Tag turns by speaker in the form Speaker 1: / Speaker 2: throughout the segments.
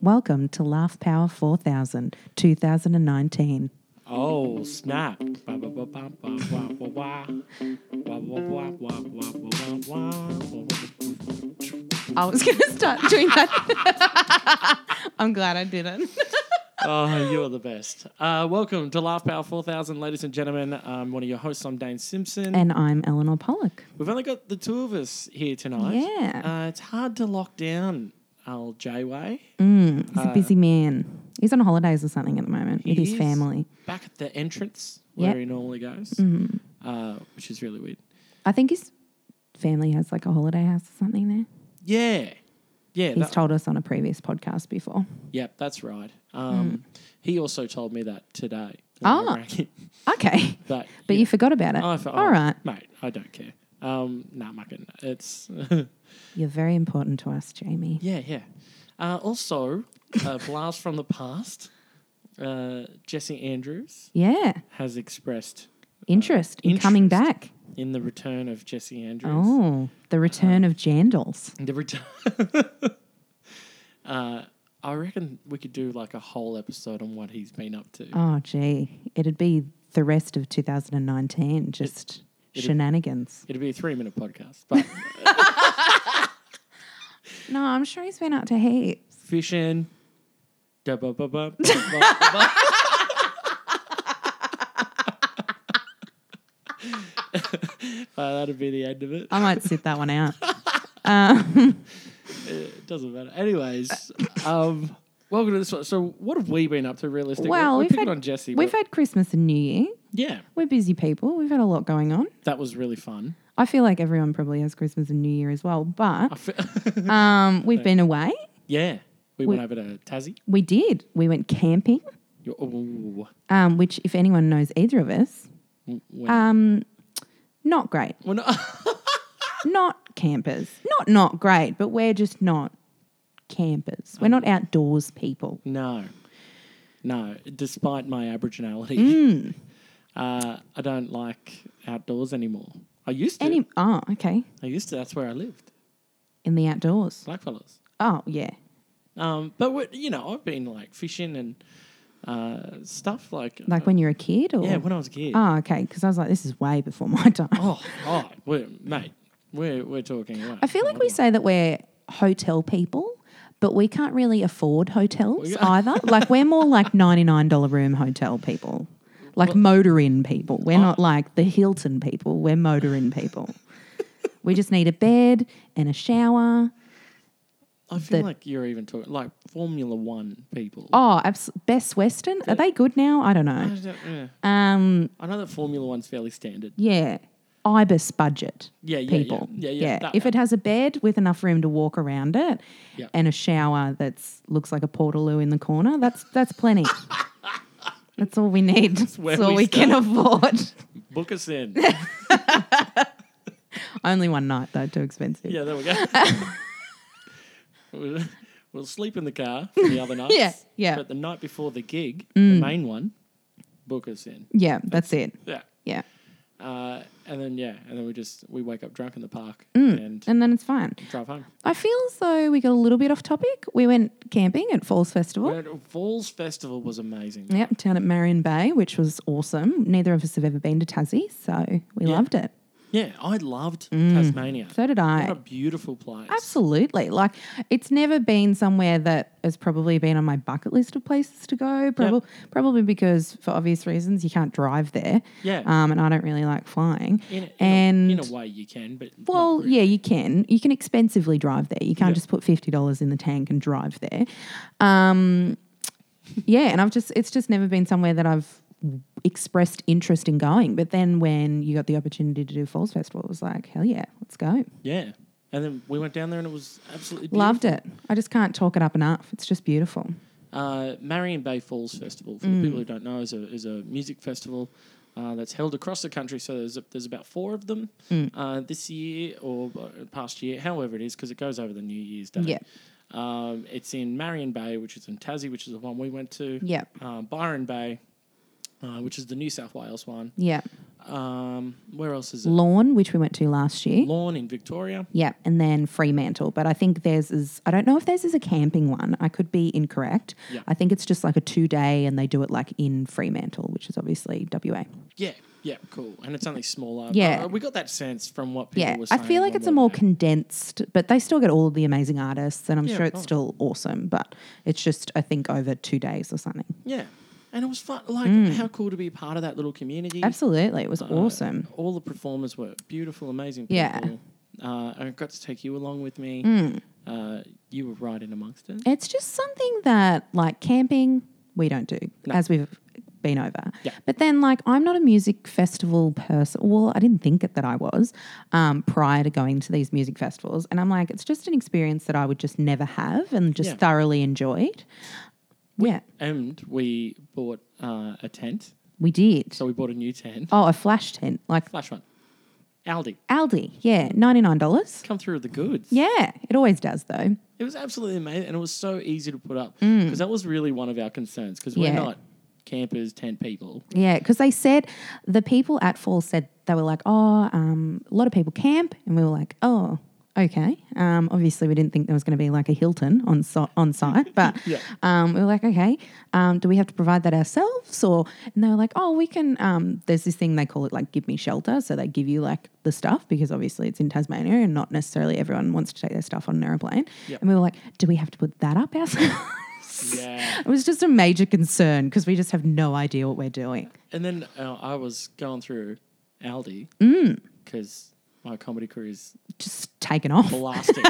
Speaker 1: Welcome to Laugh Power 4000 2019.
Speaker 2: Oh, snap. Ba, ba, ba, ba, ba, ba, ba, ba. Ba, ba, ba, ba, ba, ba, ba, ba.
Speaker 1: I was going to start doing that. I'm glad I didn't.
Speaker 2: Oh, you're the best. Uh, welcome to Laugh Power 4000, ladies and gentlemen. I'm one of your hosts. I'm Dane Simpson.
Speaker 1: And I'm Eleanor Pollock.
Speaker 2: We've only got the two of us here tonight.
Speaker 1: Yeah.
Speaker 2: Uh, it's hard to lock down Al Jayway.
Speaker 1: Mm, He's a busy man. He's on holidays or something at the moment with his
Speaker 2: is
Speaker 1: family.
Speaker 2: Back at the entrance where
Speaker 1: Yep. Mm-hmm.
Speaker 2: he normally goes, uh, which is really weird.
Speaker 1: I think his family has like a holiday house or something there.
Speaker 2: Yeah. Yeah.
Speaker 1: He's
Speaker 2: that-
Speaker 1: told us on a previous podcast before.
Speaker 2: Yep, that's right. Um, He also told me that today.
Speaker 1: Mm. Ah. Okay.
Speaker 2: but
Speaker 1: But you forgot about it.
Speaker 2: I thought,
Speaker 1: All
Speaker 2: oh,
Speaker 1: right.
Speaker 2: mate. I don't care. Um, nah, mucking. It's
Speaker 1: You're very important to us, Jamie.
Speaker 2: yeah, yeah. Uh, also, a blast from the past. Uh, Jesse Andrews
Speaker 1: Yeah.
Speaker 2: has expressed
Speaker 1: Interest in coming
Speaker 2: interest.
Speaker 1: back.
Speaker 2: in the return of Jesse Andrews.
Speaker 1: Oh, the return of Jandals.
Speaker 2: The return. uh, I reckon we could do like a whole episode on what he's been up to.
Speaker 1: Oh, gee. It'd be the rest of 2019, just shenanigans.
Speaker 2: It'd be a three-minute podcast, but
Speaker 1: No, I'm sure he's been up to heaps.
Speaker 2: fishing. Da ba ba ba. Uh, that'd be the end of it.
Speaker 1: I might sit that one out.
Speaker 2: It doesn't matter. Anyways, um, welcome to this one. So, what have we been up to realistically?
Speaker 1: well,
Speaker 2: we
Speaker 1: we've
Speaker 2: picked
Speaker 1: had,
Speaker 2: on Jesse.
Speaker 1: we've
Speaker 2: but-
Speaker 1: had Christmas and New Year.
Speaker 2: yeah,
Speaker 1: We're busy people. We've had a lot going on.
Speaker 2: that was really fun.
Speaker 1: I feel like everyone probably has Christmas and New Year as well, but
Speaker 2: I fe-
Speaker 1: um, we've been away.
Speaker 2: yeah, we, went over to Tassie.
Speaker 1: We did. We went camping,
Speaker 2: You- ooh,
Speaker 1: um, which, if anyone knows either of us,
Speaker 2: when-
Speaker 1: um, not great.
Speaker 2: when-
Speaker 1: Not campers. Not not great, but we're just not campers.
Speaker 2: Hmm.
Speaker 1: We're not outdoors people.
Speaker 2: no, no. Despite my Aboriginality,
Speaker 1: Hmm.
Speaker 2: uh, I don't like outdoors anymore. I used to.
Speaker 1: Any oh, okay.
Speaker 2: I used to. That's where I lived.
Speaker 1: In the outdoors.
Speaker 2: Blackfellas.
Speaker 1: Oh yeah.
Speaker 2: Um, but we- you know, I've been like fishing and uh, stuff like
Speaker 1: Like when you're a kid or
Speaker 2: yeah, when I was a kid.
Speaker 1: Oh, okay. Because I was like, this is way before my time.
Speaker 2: oh, oh, we're, mate, we're we're talking. About
Speaker 1: I feel like we say that we're hotel people, but we can't really afford hotels either. like we're more like $99 room hotel people. Like motor inn people. We're
Speaker 2: oh.
Speaker 1: not like the Hilton people. We're motor inn people. we just need a bed and a shower.
Speaker 2: I feel like you're even talking like Formula One people.
Speaker 1: Oh, abs- Best Western. Are they good now? I don't
Speaker 2: I,
Speaker 1: know.
Speaker 2: don't- yeah.
Speaker 1: Um,
Speaker 2: I know that Formula One's fairly standard.
Speaker 1: yeah. IBIS budget
Speaker 2: Yeah, yeah, yeah.
Speaker 1: people.
Speaker 2: Yeah, yeah, that
Speaker 1: If it has a bed with enough room to walk around it
Speaker 2: Yeah.
Speaker 1: and a shower that looks like a portaloo in the corner, that's that's plenty. that's all we need. That's,
Speaker 2: where
Speaker 1: all
Speaker 2: we
Speaker 1: we can afford.
Speaker 2: Book us in.
Speaker 1: Only one night though, too expensive.
Speaker 2: yeah, there we go. We'll- we'll sleep in the car for the other nights.
Speaker 1: Yeah, yeah. Mm.
Speaker 2: But the night before the gig, the main one, book us in.
Speaker 1: Yeah, that's it.
Speaker 2: Yeah.
Speaker 1: Yeah.
Speaker 2: Uh, and then yeah, and then we just we wake up drunk in the park and
Speaker 1: And then it's fine.
Speaker 2: drive home.
Speaker 1: I feel as though we got a little bit off topic. We went camping at Falls Festival.
Speaker 2: But Falls Festival was amazing.
Speaker 1: Yep, down at Marion Bay, which was awesome. Neither of us have ever been to Tassie, so we loved it.
Speaker 2: Yeah, I loved Tasmania.
Speaker 1: Mm. So did
Speaker 2: What a
Speaker 1: I.
Speaker 2: beautiful place.
Speaker 1: Absolutely. Like, it's never been somewhere that has probably been on my bucket list of places to go. Probably, probably because, for obvious reasons, you can't drive there.
Speaker 2: Yeah.
Speaker 1: Um, and I don't really like flying.
Speaker 2: In, in,
Speaker 1: and
Speaker 2: a, in a way, you can, but not
Speaker 1: well,
Speaker 2: really.
Speaker 1: yeah, you can. You can expensively drive there. You can't
Speaker 2: Yeah.
Speaker 1: just put fifty dollars in the tank and drive there. Um, yeah, and I've just it's just never been somewhere that I've expressed interest in going. But then when you got the opportunity to do Falls Festival, it was like hell yeah, let's go.
Speaker 2: yeah. And then we went down there, and it was absolutely beautiful.
Speaker 1: Loved it. I just can't talk it up enough. It's just beautiful.
Speaker 2: Uh, Marion Bay Falls Festival, for
Speaker 1: Mm.
Speaker 2: the people who don't know, is a, is a music festival uh, that's held across the country. So there's, there's about four of them
Speaker 1: Mm.
Speaker 2: uh, this year or uh, past year, however it is, because it goes over the New Year's Day.
Speaker 1: Yeah.
Speaker 2: Um, it's in Marion Bay, which is in Tassie, which is the one we went to.
Speaker 1: Yeah.
Speaker 2: uh, Um, Byron Bay, uh, which is the New South Wales one.
Speaker 1: Yeah,
Speaker 2: Um, where else is it?
Speaker 1: Lawn, which we went to last year.
Speaker 2: Lawn in Victoria.
Speaker 1: Yeah, and then Fremantle. But I think theirs is, I don't know if theirs is a camping one. I could be incorrect.
Speaker 2: Yeah.
Speaker 1: I think it's just like a two day and they do it like in Fremantle, which is obviously WA.
Speaker 2: Yeah, yeah, cool. And it's only smaller.
Speaker 1: Yeah.
Speaker 2: Uh, we got that sense from what people
Speaker 1: Yeah,
Speaker 2: were
Speaker 1: I
Speaker 2: saying.
Speaker 1: feel like
Speaker 2: when
Speaker 1: it's a
Speaker 2: we were
Speaker 1: more
Speaker 2: there.
Speaker 1: condensed, but they still get all of the amazing artists and I'm
Speaker 2: Yeah,
Speaker 1: sure it's
Speaker 2: right.
Speaker 1: still awesome. But it's just, I think, over two days or something.
Speaker 2: yeah, and it was fun. Like,
Speaker 1: Hmm.
Speaker 2: how cool to be a part of that little community. Uh,
Speaker 1: Absolutely. It was awesome.
Speaker 2: All the performers were beautiful, amazing people.
Speaker 1: Yeah. Hmm.
Speaker 2: Uh, I got to take you along with me. Uh, you were right in amongst it.
Speaker 1: It's just something that, like, camping, we don't do, as we've been over.
Speaker 2: Yeah.
Speaker 1: But then, like, I'm not a music festival person. Well, I didn't think it that I was um, prior to going to these music festivals. And I'm like, it's just an experience that I would just never have and just
Speaker 2: Yeah.
Speaker 1: thoroughly enjoyed. yeah,
Speaker 2: And we bought uh, a tent.
Speaker 1: we did.
Speaker 2: So we bought a new tent.
Speaker 1: oh, a flash tent, like
Speaker 2: Flash one. Aldi.
Speaker 1: Aldi. Yeah, $99.
Speaker 2: Come through with the goods.
Speaker 1: Yeah, it always does, though.
Speaker 2: It was absolutely amazing, and it was so easy to put up because that was really one of our concerns because we're
Speaker 1: Hmm. Yeah.
Speaker 2: not campers, tent people.
Speaker 1: Yeah, because they said the people at Falls said they were like, oh, um, a lot of people camp, and we were like, oh, okay. Um, obviously, we didn't think there was going to be like a Hilton on so- on site, but
Speaker 2: Yeah.
Speaker 1: um, we were like, okay, um, do we have to provide that ourselves? Or and they were like, oh, we can. Um, there's this thing they call it like give me shelter, so they give you like the stuff because obviously it's in Tasmania and not necessarily everyone wants to take their stuff on an airplane.
Speaker 2: Yep.
Speaker 1: And we were like, do we have to put that up ourselves?
Speaker 2: Yeah.
Speaker 1: It was just a major concern because we just have no idea what we're doing.
Speaker 2: And then uh, I was going through Aldi
Speaker 1: Mm.
Speaker 2: because my comedy career is
Speaker 1: just taken off.
Speaker 2: blasting.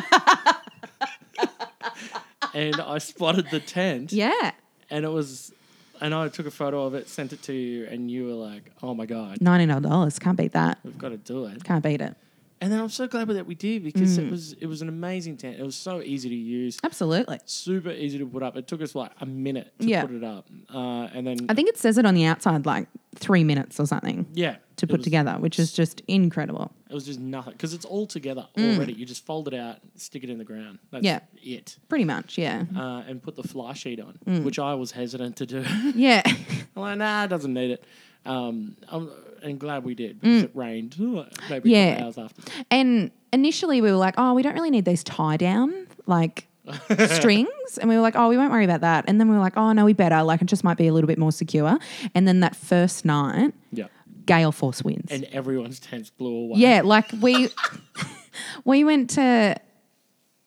Speaker 2: and I spotted the tent,
Speaker 1: Yeah.
Speaker 2: and it was, and I took a photo of it, sent it to you, and you were like, "Oh my god,
Speaker 1: $99. Can't beat that.
Speaker 2: we've got to do it."
Speaker 1: Can't beat it.
Speaker 2: And then I'm so glad that we did because
Speaker 1: Mm.
Speaker 2: it was it was an amazing tent. It was so easy to use.
Speaker 1: Absolutely.
Speaker 2: super easy to put up. It took us like a minute to
Speaker 1: Yeah.
Speaker 2: put it up, uh, and then
Speaker 1: I think it says it on the outside like three minutes or something
Speaker 2: yeah,
Speaker 1: to
Speaker 2: it
Speaker 1: put
Speaker 2: was-
Speaker 1: together, which is just incredible.
Speaker 2: It was just nothing because it's all together already. You just fold it out, stick it in the ground. That's
Speaker 1: Mm. Yeah.
Speaker 2: it,
Speaker 1: Pretty much, yeah.
Speaker 2: uh, and put the fly sheet on,
Speaker 1: Mm.
Speaker 2: which I was hesitant to do.
Speaker 1: Yeah.
Speaker 2: I'm like, nah, it doesn't need it. Um, I'm, and glad we did because it rained maybe a
Speaker 1: Mm. Yeah.
Speaker 2: couple hours after.
Speaker 1: and initially we were like, oh, we don't really need these tie down like strings. And we were like, oh, we won't worry about that. And then we were like, oh, no, we better. Like it just might be a little bit more secure. And then that first night,
Speaker 2: Yeah,
Speaker 1: gale force winds.
Speaker 2: and everyone's tents blew away.
Speaker 1: Yeah, like we we went to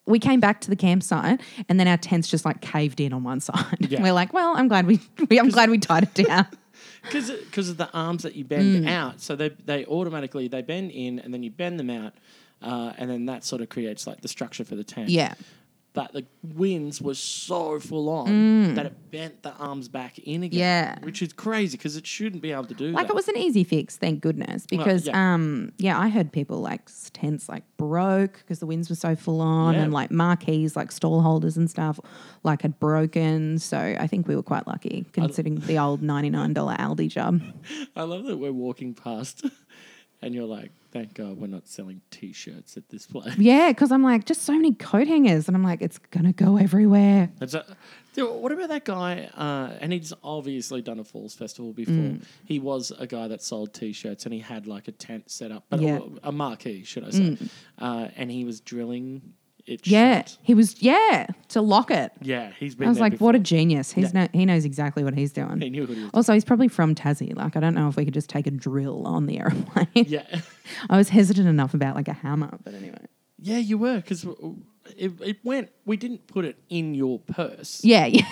Speaker 1: we came back to the campsite and then our tents just like caved in on one side.
Speaker 2: Yeah.
Speaker 1: We're like, well, I'm glad we, we I'm glad we tied it down.
Speaker 2: because because of the arms that you
Speaker 1: Mm.
Speaker 2: bend out, so they they automatically they bend in and then you bend them out, uh, and then that sort of creates like the structure for the tent.
Speaker 1: yeah.
Speaker 2: But the winds were so full on that it bent the arms back in again.
Speaker 1: Mm. Yeah.
Speaker 2: which is crazy because it shouldn't be able to do
Speaker 1: Like
Speaker 2: that.
Speaker 1: it was an easy fix, thank goodness, because
Speaker 2: yeah.
Speaker 1: um yeah, I heard people like s- tents like broke because the winds were so full on
Speaker 2: Yeah.
Speaker 1: and like marquees like stall holders and stuff like had broken. So I think we were quite lucky considering the old $99 Aldi job.
Speaker 2: I love that we're walking past, and you're like, "Thank God we're not selling T-shirts at this place."
Speaker 1: Yeah, because I'm like, just so many coat hangers. And I'm like, it's going to go everywhere.
Speaker 2: It's a- Dude, what about that guy? Uh, and he's obviously done a Falls Festival before.
Speaker 1: Mm.
Speaker 2: He was a guy that sold T-shirts, and he had like a tent set up, but
Speaker 1: Yeah. Mm.
Speaker 2: or a marquee, should I say? Uh, and he was drilling it.
Speaker 1: Yeah.
Speaker 2: shut.
Speaker 1: He was, yeah, to lock it.
Speaker 2: yeah, he's been.
Speaker 1: I was
Speaker 2: there
Speaker 1: like,
Speaker 2: before.
Speaker 1: what a Oh. genius. He's no, he knows exactly what he's doing.
Speaker 2: He knew what he was.
Speaker 1: Also, he's probably from Tassie. Like, I don't know if we could just take a drill on the airplane.
Speaker 2: Yeah,
Speaker 1: I was hesitant enough about like a hammer, but anyway.
Speaker 2: yeah, you were because it, it went. We didn't put it in your purse.
Speaker 1: Yeah. yeah.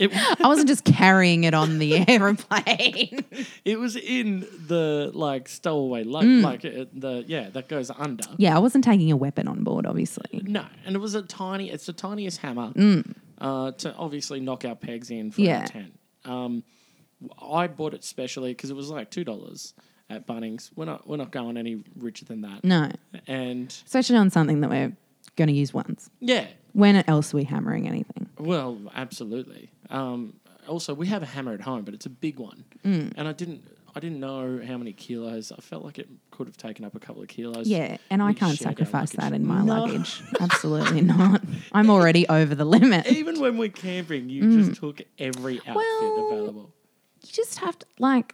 Speaker 2: It,
Speaker 1: I wasn't just carrying it on the airplane.
Speaker 2: it was in the like stowaway lug,
Speaker 1: Mm.
Speaker 2: like it, the yeah that goes under.
Speaker 1: yeah, I wasn't taking a weapon on board, obviously.
Speaker 2: No, and it was a tiny. It's the tiniest hammer uh, to obviously knock our pegs in for
Speaker 1: Mm. Yeah.
Speaker 2: our tent. Um, I bought it specially because it was like two dollars at Bunnings. We're not we're not going any richer than that.
Speaker 1: No.
Speaker 2: And
Speaker 1: Especially on something that we're going to use once.
Speaker 2: yeah,
Speaker 1: When else are we hammering anything?
Speaker 2: well, absolutely. Um, also, we have a hammer at home, but it's a big one,
Speaker 1: Mm.
Speaker 2: and I didn't. I didn't know how many kilos. I felt like it could have taken up a couple of kilos.
Speaker 1: Yeah, and I
Speaker 2: We
Speaker 1: can't
Speaker 2: shared our
Speaker 1: sacrifice
Speaker 2: luggage.
Speaker 1: that in my
Speaker 2: No.
Speaker 1: luggage. Absolutely not. I'm already over the limit. You
Speaker 2: Even when we're camping, you just took every
Speaker 1: Mm.
Speaker 2: outfit
Speaker 1: Well,
Speaker 2: available.
Speaker 1: just have to like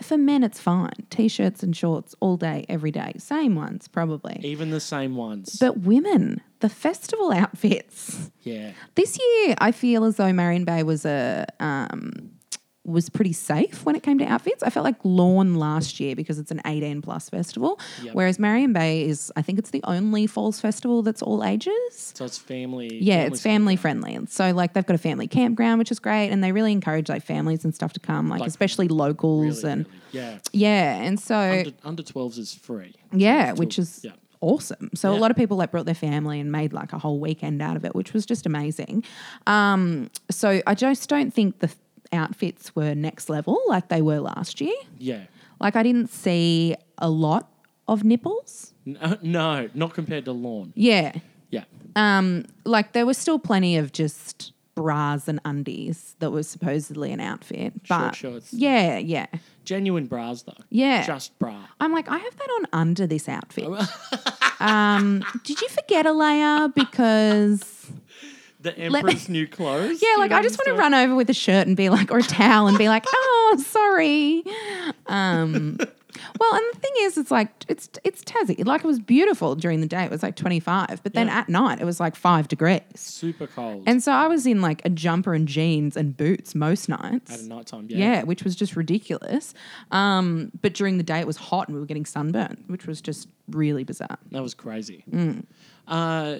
Speaker 1: For men, it's fine. T shirts and shorts all day, every day. Same ones, probably.
Speaker 2: Even the same ones.
Speaker 1: But women, the festival outfits.
Speaker 2: yeah.
Speaker 1: This year, I feel as though Marion Bay was a um, was pretty safe when it came to outfits. I felt like Lawn last year because it's an eighteen plus festival,
Speaker 2: Yep.
Speaker 1: whereas Marion Bay is I think it's the only Falls festival that's all ages.
Speaker 2: So it's family.
Speaker 1: Yeah, it's family friendly, and so like they've got a family campground, which is great, and they really encourage like families and stuff to come, like,
Speaker 2: Like,
Speaker 1: especially locals
Speaker 2: Really,
Speaker 1: and
Speaker 2: really. Yeah.
Speaker 1: yeah, and so
Speaker 2: Under, under 12s is free.
Speaker 1: yeah,
Speaker 2: It's
Speaker 1: which
Speaker 2: all-
Speaker 1: is
Speaker 2: yeah.
Speaker 1: awesome. So a
Speaker 2: Yeah.
Speaker 1: lot of people like brought their family and made like a whole weekend out of it, which was just amazing. Um, so I just don't think the f- outfits were next level like they were last year.
Speaker 2: Yeah.
Speaker 1: Like I didn't see a lot of nipples.
Speaker 2: No, no, not compared to lawn.
Speaker 1: Yeah.
Speaker 2: Yeah.
Speaker 1: Um, like there was still plenty of just bras and undies that was supposedly an outfit. But
Speaker 2: shorts.
Speaker 1: yeah, yeah.
Speaker 2: Genuine bras, though.
Speaker 1: Yeah.
Speaker 2: Just bra.
Speaker 1: I'm like, I have that on under this outfit. um, did you forget a layer? Because
Speaker 2: The
Speaker 1: me-
Speaker 2: Emperor's New Clothes.
Speaker 1: yeah,
Speaker 2: you
Speaker 1: like
Speaker 2: know
Speaker 1: I
Speaker 2: the
Speaker 1: just want to
Speaker 2: story?
Speaker 1: run over with a shirt and be like, or a towel and be like, oh, sorry. Um, well, and the thing is, it's like it's it's Tassie. Like it was beautiful during the day. It was like 25, but then
Speaker 2: Yeah.
Speaker 1: at night it was like five degrees.
Speaker 2: Super cold.
Speaker 1: And so I was in like a jumper and jeans and boots most
Speaker 2: at
Speaker 1: nights.
Speaker 2: a night time.
Speaker 1: Yeah, which was just ridiculous. Um, but during the day it was hot and we were getting sunburned, which was just really bizarre.
Speaker 2: That was crazy.
Speaker 1: Mm.
Speaker 2: Uh,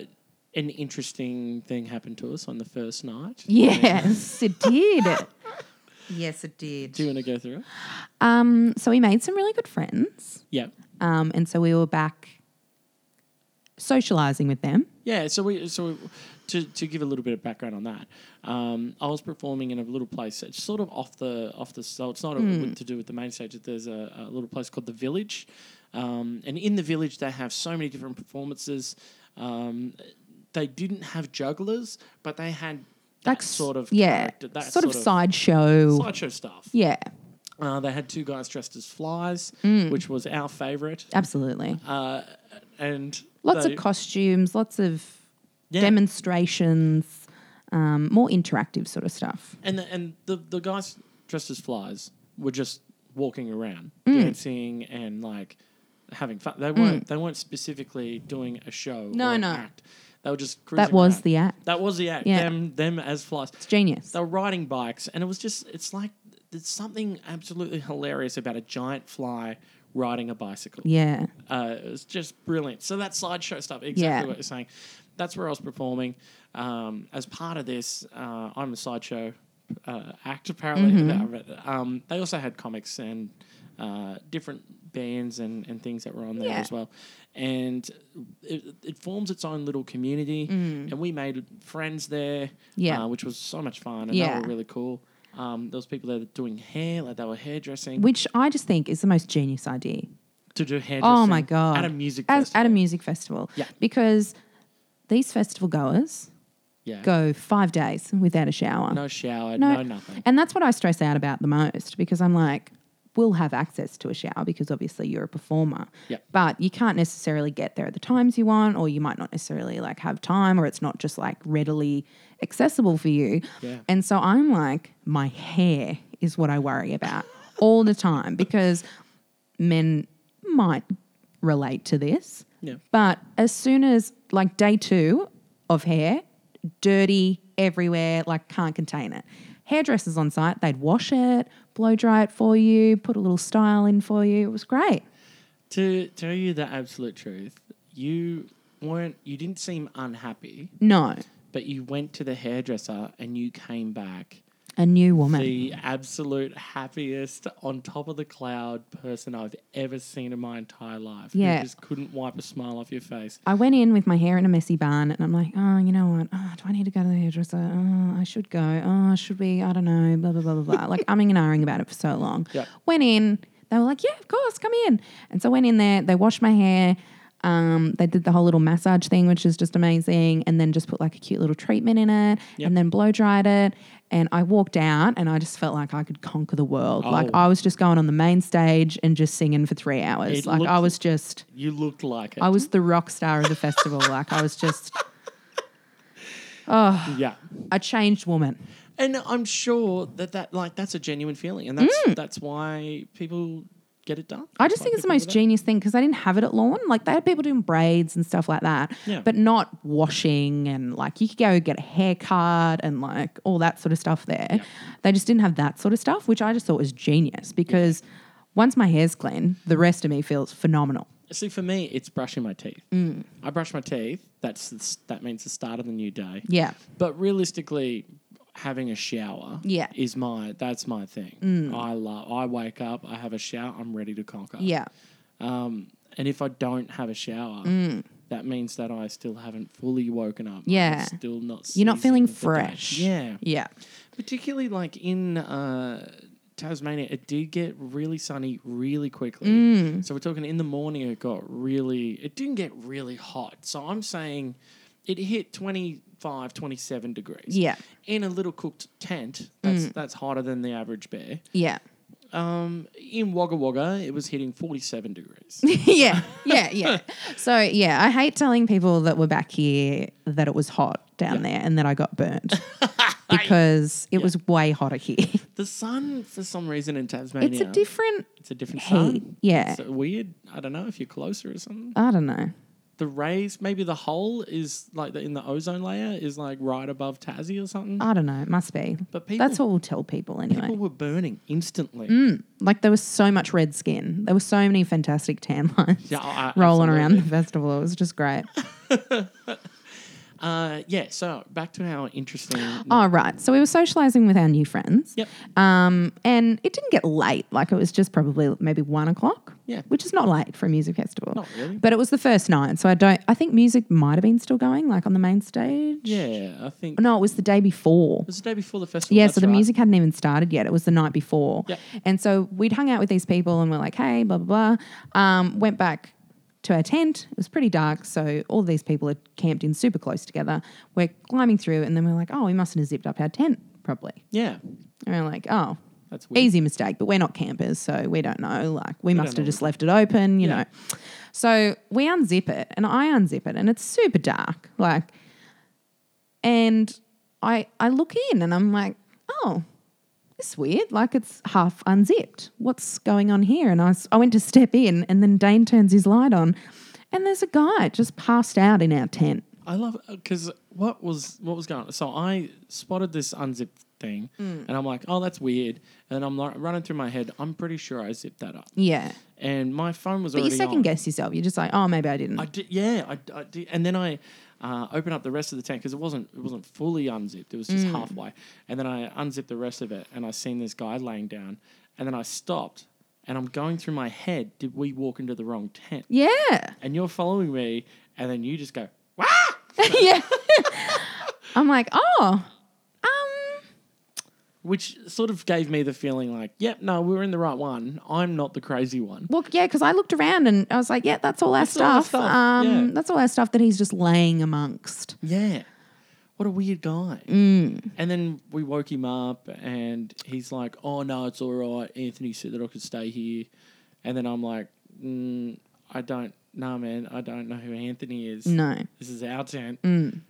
Speaker 2: an interesting thing happened to us on the first night.
Speaker 1: Yes, it did. yes, it did.
Speaker 2: Do you want to go through it?
Speaker 1: Um, so we made some really good friends.
Speaker 2: Yeah.
Speaker 1: Um, and so we were back socializing with them.
Speaker 2: Yeah, so we so we, to to give a little bit of background on that, um, I was performing in a little place. It's sort of off the off the so it's not
Speaker 1: Hmm.
Speaker 2: a, to do with the main stage. There's a, a little place called the Village, um, and in the Village they have so many different performances. Um, they didn't have jugglers, but they had that
Speaker 1: Like s-
Speaker 2: sort of
Speaker 1: yeah,
Speaker 2: character- that
Speaker 1: sort, of sideshow.
Speaker 2: sideshow stuff.
Speaker 1: yeah,
Speaker 2: Uh, they had two guys dressed as flies,
Speaker 1: Hmm.
Speaker 2: which was our favourite,
Speaker 1: absolutely.
Speaker 2: uh, and
Speaker 1: Lots
Speaker 2: they-
Speaker 1: of costumes, lots of
Speaker 2: Yeah.
Speaker 1: demonstrations, um, more interactive sort of stuff.
Speaker 2: And the, and the the guys dressed as flies were just walking around,
Speaker 1: Mm.
Speaker 2: dancing and like having fun. They weren't they weren't specifically doing a show.
Speaker 1: No,
Speaker 2: or an
Speaker 1: no.
Speaker 2: act. They were just cruising
Speaker 1: That was
Speaker 2: around.
Speaker 1: the act.
Speaker 2: that was the act.
Speaker 1: Yeah.
Speaker 2: Them them as flies.
Speaker 1: It's genius.
Speaker 2: They were riding bikes, and it was just it's like there's something absolutely hilarious about a giant fly riding a bicycle.
Speaker 1: yeah.
Speaker 2: Uh, it was just brilliant. So that slideshow stuff, exactly
Speaker 1: Yeah.
Speaker 2: what you're saying. That's where I was performing. Um, as part of this, uh, I'm a sideshow uh, act, apparently.
Speaker 1: Mm-hmm.
Speaker 2: Um, they also had comics and uh, different bands and, and things that were on there
Speaker 1: Yeah.
Speaker 2: as well. And it, it forms its own little community. And we made friends there,
Speaker 1: Mm. Yeah.
Speaker 2: uh, which was so much fun. And
Speaker 1: Yeah.
Speaker 2: they were really cool. Um, there was people there doing hair, like they were hairdressing.
Speaker 1: Which I just think is the most genius idea.
Speaker 2: to do hairdressing.
Speaker 1: Oh my god!
Speaker 2: At a music
Speaker 1: As-
Speaker 2: festival.
Speaker 1: at a music festival.
Speaker 2: Yeah.
Speaker 1: Because these festival goers
Speaker 2: yeah.
Speaker 1: go five days without a shower.
Speaker 2: No shower,
Speaker 1: No.
Speaker 2: no, nothing.
Speaker 1: And that's what I stress out about the most because I'm like, we'll have access to a shower because obviously you're a performer.
Speaker 2: Yeah.
Speaker 1: But you can't necessarily get there at the times you want, or you might not necessarily like have time, or it's not just like readily accessible for you.
Speaker 2: Yeah.
Speaker 1: And so I'm like, my hair is what I worry about all the time because men might relate to this.
Speaker 2: Yeah.
Speaker 1: But as soon as like day two of hair, dirty everywhere, like can't contain it. Hairdressers on site, they'd wash it, blow dry it for you, put a little style in for you. It was great.
Speaker 2: To tell you the absolute truth, you weren't you didn't seem unhappy,
Speaker 1: No,
Speaker 2: but you went to the hairdresser and you came back
Speaker 1: a new woman.
Speaker 2: the absolute happiest, on top of the cloud person I've ever seen in my entire life. who
Speaker 1: Yeah.
Speaker 2: just couldn't wipe a smile off your face.
Speaker 1: I went in with my hair in a messy bun and I'm like, oh, you know what? Oh, do I need to go to the hairdresser? Oh, I should go. Oh, should we? I don't know. Blah, blah, blah, blah, blah. like umming and ahhing about it for so long.
Speaker 2: Yep.
Speaker 1: Went in. They were like, yeah, of course, come in. And so I went in there. They washed my hair. Um, they did the whole little massage thing, which is just amazing. And then just put like a cute little treatment in it
Speaker 2: Yep.
Speaker 1: and then blow dried it. And I walked out and I just felt like I could conquer the world. Like
Speaker 2: Oh.
Speaker 1: I was just going on the main stage and just singing for three hours.
Speaker 2: It
Speaker 1: like I
Speaker 2: looked-
Speaker 1: was just.
Speaker 2: You looked like it.
Speaker 1: I was the rock star of the festival. Like I was just
Speaker 2: yeah.
Speaker 1: A changed woman.
Speaker 2: And I'm sure that that like that's a genuine feeling, and that's that's why people get it done.
Speaker 1: Mm. I just think it's the most genius thing because they didn't have it at lawn. Like they had people doing braids and stuff like that,
Speaker 2: Yeah.
Speaker 1: but not washing and like you could go get a haircut and like all that sort of stuff there. They just didn't have that sort of stuff, which I just thought was genius because once my hair's clean, the rest of me feels phenomenal.
Speaker 2: See, for me, it's brushing my teeth.
Speaker 1: Mm.
Speaker 2: I brush my teeth. That's the, s- that means the start of the new day.
Speaker 1: Yeah.
Speaker 2: But realistically, having a shower
Speaker 1: Yeah. Mm.
Speaker 2: is my that's my thing. I love. I wake up. I have a shower. I'm ready to conquer.
Speaker 1: Yeah.
Speaker 2: Um, and if I don't have a shower, that means that I still haven't fully woken up. I'm
Speaker 1: Mm. Yeah.
Speaker 2: still not.
Speaker 1: You're not feeling
Speaker 2: seasoned with the day.
Speaker 1: fresh.
Speaker 2: Yeah.
Speaker 1: Yeah.
Speaker 2: Particularly like in uh, Tasmania, it did get really sunny really quickly.
Speaker 1: Mm.
Speaker 2: So we're talking in the morning, it got really, it didn't get really hot. So I'm saying it hit 25, 27 degrees.
Speaker 1: Yeah. Mm.
Speaker 2: In a little cooked tent, that's, that's hotter than the average bear.
Speaker 1: Yeah.
Speaker 2: Um, in Wagga Wagga, it was hitting 47 degrees.
Speaker 1: yeah, yeah, yeah. So yeah, I hate telling people that we're back here that it was hot down there and that I got burnt because it was way hotter here.
Speaker 2: the sun, for some reason, in Tasmania,
Speaker 1: It's a different.
Speaker 2: it's a different
Speaker 1: heat,
Speaker 2: sun.
Speaker 1: yeah.
Speaker 2: It's weird. I don't know if you're closer or something.
Speaker 1: I don't know.
Speaker 2: the rays, maybe the hole is like the, in the ozone layer is like right above Tassie or something.
Speaker 1: I don't know. It must be.
Speaker 2: But people-
Speaker 1: Oh, That's Mm. what we'll tell people anyway.
Speaker 2: People were burning instantly.
Speaker 1: like there was so much red skin. There were so many fantastic tan lines
Speaker 2: Yeah, I- I-
Speaker 1: rolling around the
Speaker 2: absolutely.
Speaker 1: festival. It was just great.
Speaker 2: Uh, yeah. So back to our interesting.
Speaker 1: Oh, right. So we were socializing with our new friends.
Speaker 2: Yep.
Speaker 1: Um, and it didn't get late. Like it was just probably maybe one o'clock.
Speaker 2: Yeah.
Speaker 1: Which is not late for a music festival.
Speaker 2: Not really.
Speaker 1: But it was the first night. So I don't, I think music might have been still going, like on the main stage.
Speaker 2: Yeah, I think it
Speaker 1: Oh, No, it was the day before.
Speaker 2: was the day before the festival.
Speaker 1: Yeah,
Speaker 2: that's
Speaker 1: so the
Speaker 2: right.
Speaker 1: music hadn't even started yet. It was the night before.
Speaker 2: Yep.
Speaker 1: And so we'd hung out with these people and we're like, hey, blah, blah, blah. Um, went back to our tent. It was pretty dark. So all these people had camped in super close together. We're climbing through and then we're like, oh, we mustn't have zipped up our tent properly.
Speaker 2: Yeah,
Speaker 1: And we're like, oh,
Speaker 2: that's weird.
Speaker 1: easy mistake, but we're not campers, so we don't know. Like, we, must
Speaker 2: know
Speaker 1: have just left it open, you
Speaker 2: Yeah.
Speaker 1: know. So we unzip it, and I unzip it, and it's super dark. Like, and I I look in, and I'm like, oh, this is weird. Like, it's half unzipped. What's going on here? And I s- I went to step in, and then Dane turns his light on, and there's a guy just passed out in our tent.
Speaker 2: I love because what was what was going on? So I spotted this unzipped thing,
Speaker 1: Mm.
Speaker 2: and I'm like, oh, that's weird. And I'm like running through my head. I'm pretty sure I zipped that up,
Speaker 1: Yeah.
Speaker 2: and my phone was
Speaker 1: Mm. But you
Speaker 2: already
Speaker 1: second
Speaker 2: on.
Speaker 1: guess yourself. You're just like, oh, maybe I didn't.
Speaker 2: I did, yeah, I, I did, and then I uh, opened up the rest of the tank because it wasn't it wasn't fully unzipped; it was just halfway. And then I unzipped the rest of it, and I seen this guy laying down. And then I stopped, and I'm going through my head: Did we walk into the wrong tent?
Speaker 1: yeah.
Speaker 2: And you're following me, and then you just go, "Wah!"
Speaker 1: yeah. I'm like, oh, um,
Speaker 2: which sort of gave me the feeling like, "Yep, no, we were in the right one. I'm not the crazy one."
Speaker 1: well, yeah, because I looked around and I was like, yeah, that's all our
Speaker 2: all our
Speaker 1: stuff.
Speaker 2: stuff,
Speaker 1: Um,
Speaker 2: yeah.
Speaker 1: That's all our stuff that he's just laying amongst.
Speaker 2: Yeah. What a weird guy.
Speaker 1: Mm.
Speaker 2: And then we woke him up and he's like, oh, no, it's all right. Anthony said that I could stay here. And then I'm like, mm, I don't, nah, man, I don't know who Anthony is.
Speaker 1: No. Mm.
Speaker 2: This is our tent. And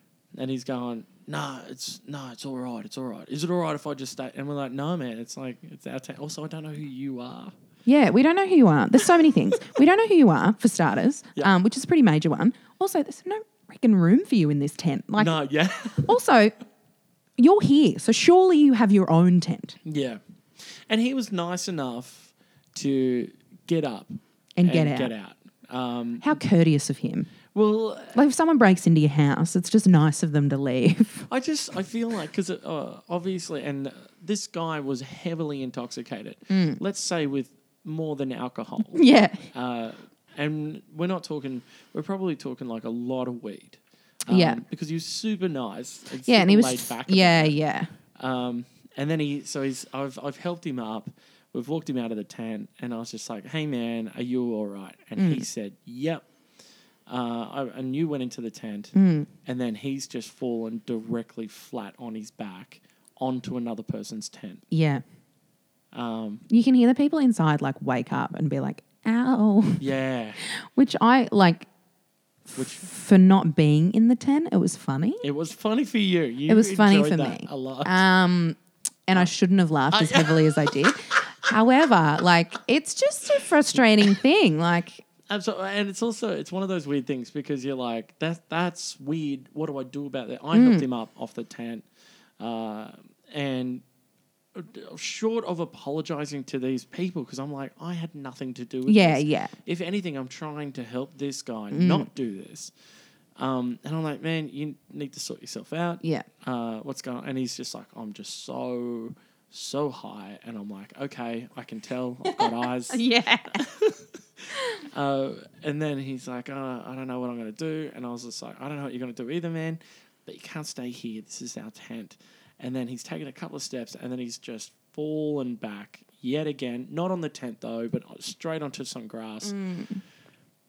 Speaker 2: he's going, no, it's, no, it's all right. It's all right. Is it all right if I just stay? And we're like, no, man, it's like, it's our tent. Also, I don't know who you are.
Speaker 1: Yeah, we don't know who you are. There's so many things. we don't know who you are, for starters,
Speaker 2: Yeah.
Speaker 1: um, which is a pretty major one. Also, there's no freaking room for you in this tent. Like,
Speaker 2: No, yeah.
Speaker 1: also, you're here, so surely you have your own tent
Speaker 2: Yeah. And he was nice enough to get up
Speaker 1: and, get out.
Speaker 2: Get out. Um,
Speaker 1: How courteous of him.
Speaker 2: well,
Speaker 1: Like, if someone breaks into your house, it's just nice of them to leave.
Speaker 2: I just I feel like because uh, obviously, and this guy was heavily intoxicated.
Speaker 1: Mm.
Speaker 2: Let's say with more than alcohol,
Speaker 1: yeah.
Speaker 2: uh, and we're not talking. We're probably talking like a lot of weed. um,
Speaker 1: Yeah.
Speaker 2: because he was super nice. And
Speaker 1: Yeah, and he was.
Speaker 2: super laid
Speaker 1: f-
Speaker 2: back.
Speaker 1: yeah, yeah.
Speaker 2: Um, and then he, so he's, I've, I've helped him up. We've walked him out of the tent, and I was just like, "Hey, man, are you all right?" And he
Speaker 1: Mm.
Speaker 2: said, "Yep." Uh, I, and you went into the tent,
Speaker 1: Mm.
Speaker 2: and then he's just fallen directly flat on his back onto another person's tent.
Speaker 1: Yeah.
Speaker 2: Um,
Speaker 1: You can hear the people inside like wake up and be like, ow,
Speaker 2: yeah,
Speaker 1: which I like
Speaker 2: Which
Speaker 1: for not being in the 10. It was funny.
Speaker 2: it was funny for you. you
Speaker 1: It was funny
Speaker 2: enjoyed
Speaker 1: for
Speaker 2: that
Speaker 1: me.
Speaker 2: a lot.
Speaker 1: Um, and I shouldn't have laughed as heavily as I did. However, like it's just a frustrating thing. Like
Speaker 2: Absolutely, and it's also it's one of those weird things because you're like that that's weird. What do I do about that?
Speaker 1: Hmm.
Speaker 2: I helped him up off the tent, uh, and short of apologizing to these people because I'm like I had nothing to do with
Speaker 1: Yeah, Hmm.
Speaker 2: this.
Speaker 1: yeah.
Speaker 2: If anything, I'm trying to help this guy not do this. Um, and I'm like, man, you need to sort yourself out.
Speaker 1: Yeah.
Speaker 2: Uh, what's going on? And he's just like, I'm just so, so high. And I'm like, okay, I can tell. I've got eyes.
Speaker 1: yeah.
Speaker 2: Uh, and then he's like, oh, I don't know what I'm going to do. And I was just like, I don't know what you're going to do either, man. But you can't stay here. This is our tent. And then he's taken a couple of steps and then he's just fallen back yet again. Not on the tent, though, but straight onto some grass.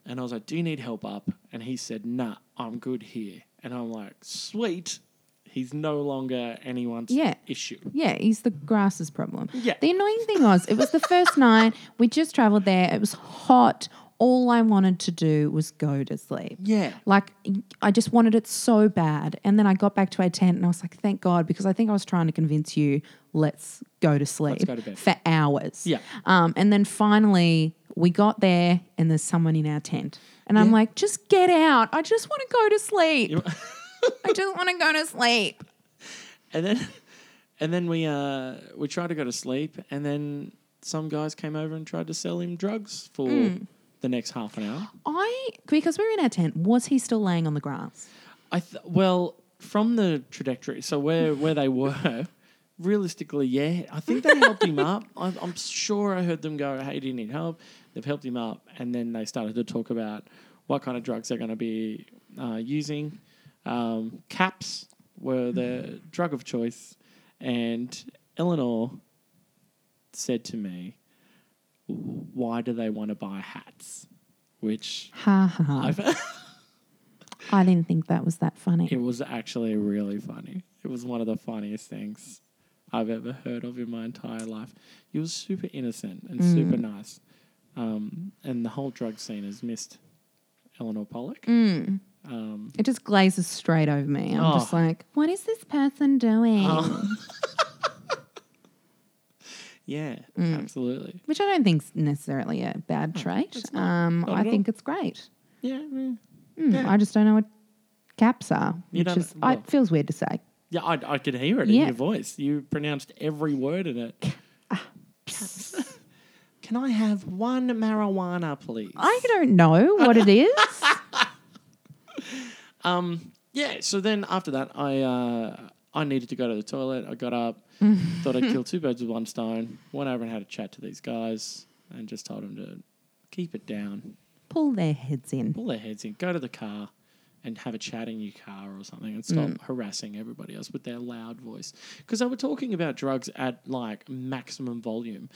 Speaker 2: And I was like, Do you need help up? And he said, Nah, I'm good here. And I'm like, Sweet. He's no longer anyone's
Speaker 1: Yeah.
Speaker 2: issue.
Speaker 1: Yeah, he's the grasses problem.
Speaker 2: Yeah.
Speaker 1: The annoying thing was, it was the first night. We just traveled there. It was hot. All I wanted to do was go to sleep.
Speaker 2: Yeah.
Speaker 1: Like, I just wanted it so bad. And then I got back to our tent and I was like, thank God, because I think I was trying to convince you, let's go to sleep
Speaker 2: go to bed.
Speaker 1: for hours.
Speaker 2: Yeah.
Speaker 1: Um, and then finally, we got there and there's someone in our tent. And I'm like, just get out. I just want to go to sleep. I just want to go to sleep.
Speaker 2: and then and then we uh we tried to go to sleep and then some guys came over and tried to sell him drugs for the next half an hour
Speaker 1: I because we were in our tent. Was he still laying on the grass?
Speaker 2: i th- well from the trajectory so where where they were realistically yeah i think they helped him up I, i'm sure i heard them go hey do you need help they've helped him up and then they started to talk about what kind of drugs they're going to be uh, using um, caps were the drug of choice and eleanor said to me, "Why do they want to buy hats?" Which
Speaker 1: Ha ha! ha.
Speaker 2: I
Speaker 1: I didn't think that was that funny.
Speaker 2: it was actually really funny. It was one of the funniest things I've ever heard of in my entire life. He was super innocent
Speaker 1: Mm.
Speaker 2: and super nice, um, and the whole drug scene has missed Eleanor Pollock.
Speaker 1: Mm.
Speaker 2: Um,
Speaker 1: It just glazes straight over me. I'm just
Speaker 2: Oh.
Speaker 1: like, what is this person doing?
Speaker 2: yeah,
Speaker 1: Mm.
Speaker 2: absolutely.
Speaker 1: Which I don't think's necessarily a bad trait. Um,
Speaker 2: Oh, Not
Speaker 1: I
Speaker 2: at all.
Speaker 1: think it's great.
Speaker 2: Yeah, yeah.
Speaker 1: Mm, I just don't know what caps are,
Speaker 2: You
Speaker 1: which
Speaker 2: don't-
Speaker 1: is I,
Speaker 2: well.
Speaker 1: it feels weird to say.
Speaker 2: Yeah, I, I could hear it in
Speaker 1: Yeah.
Speaker 2: your voice. You pronounced every word in it.
Speaker 1: ah,
Speaker 2: Can I have one marijuana, please?
Speaker 1: I don't know what it is.
Speaker 2: yeah. So then after that, I uh, I needed to go to the toilet. I got up, thought I'd kill two birds with one stone. Went over and had a chat to these guys, and just told them to keep it down,
Speaker 1: Pull their heads in.
Speaker 2: pull their heads in, go to the car, and have a chat in your car or something, and stop harassing everybody else with their loud voice because they were talking about drugs at like maximum volume.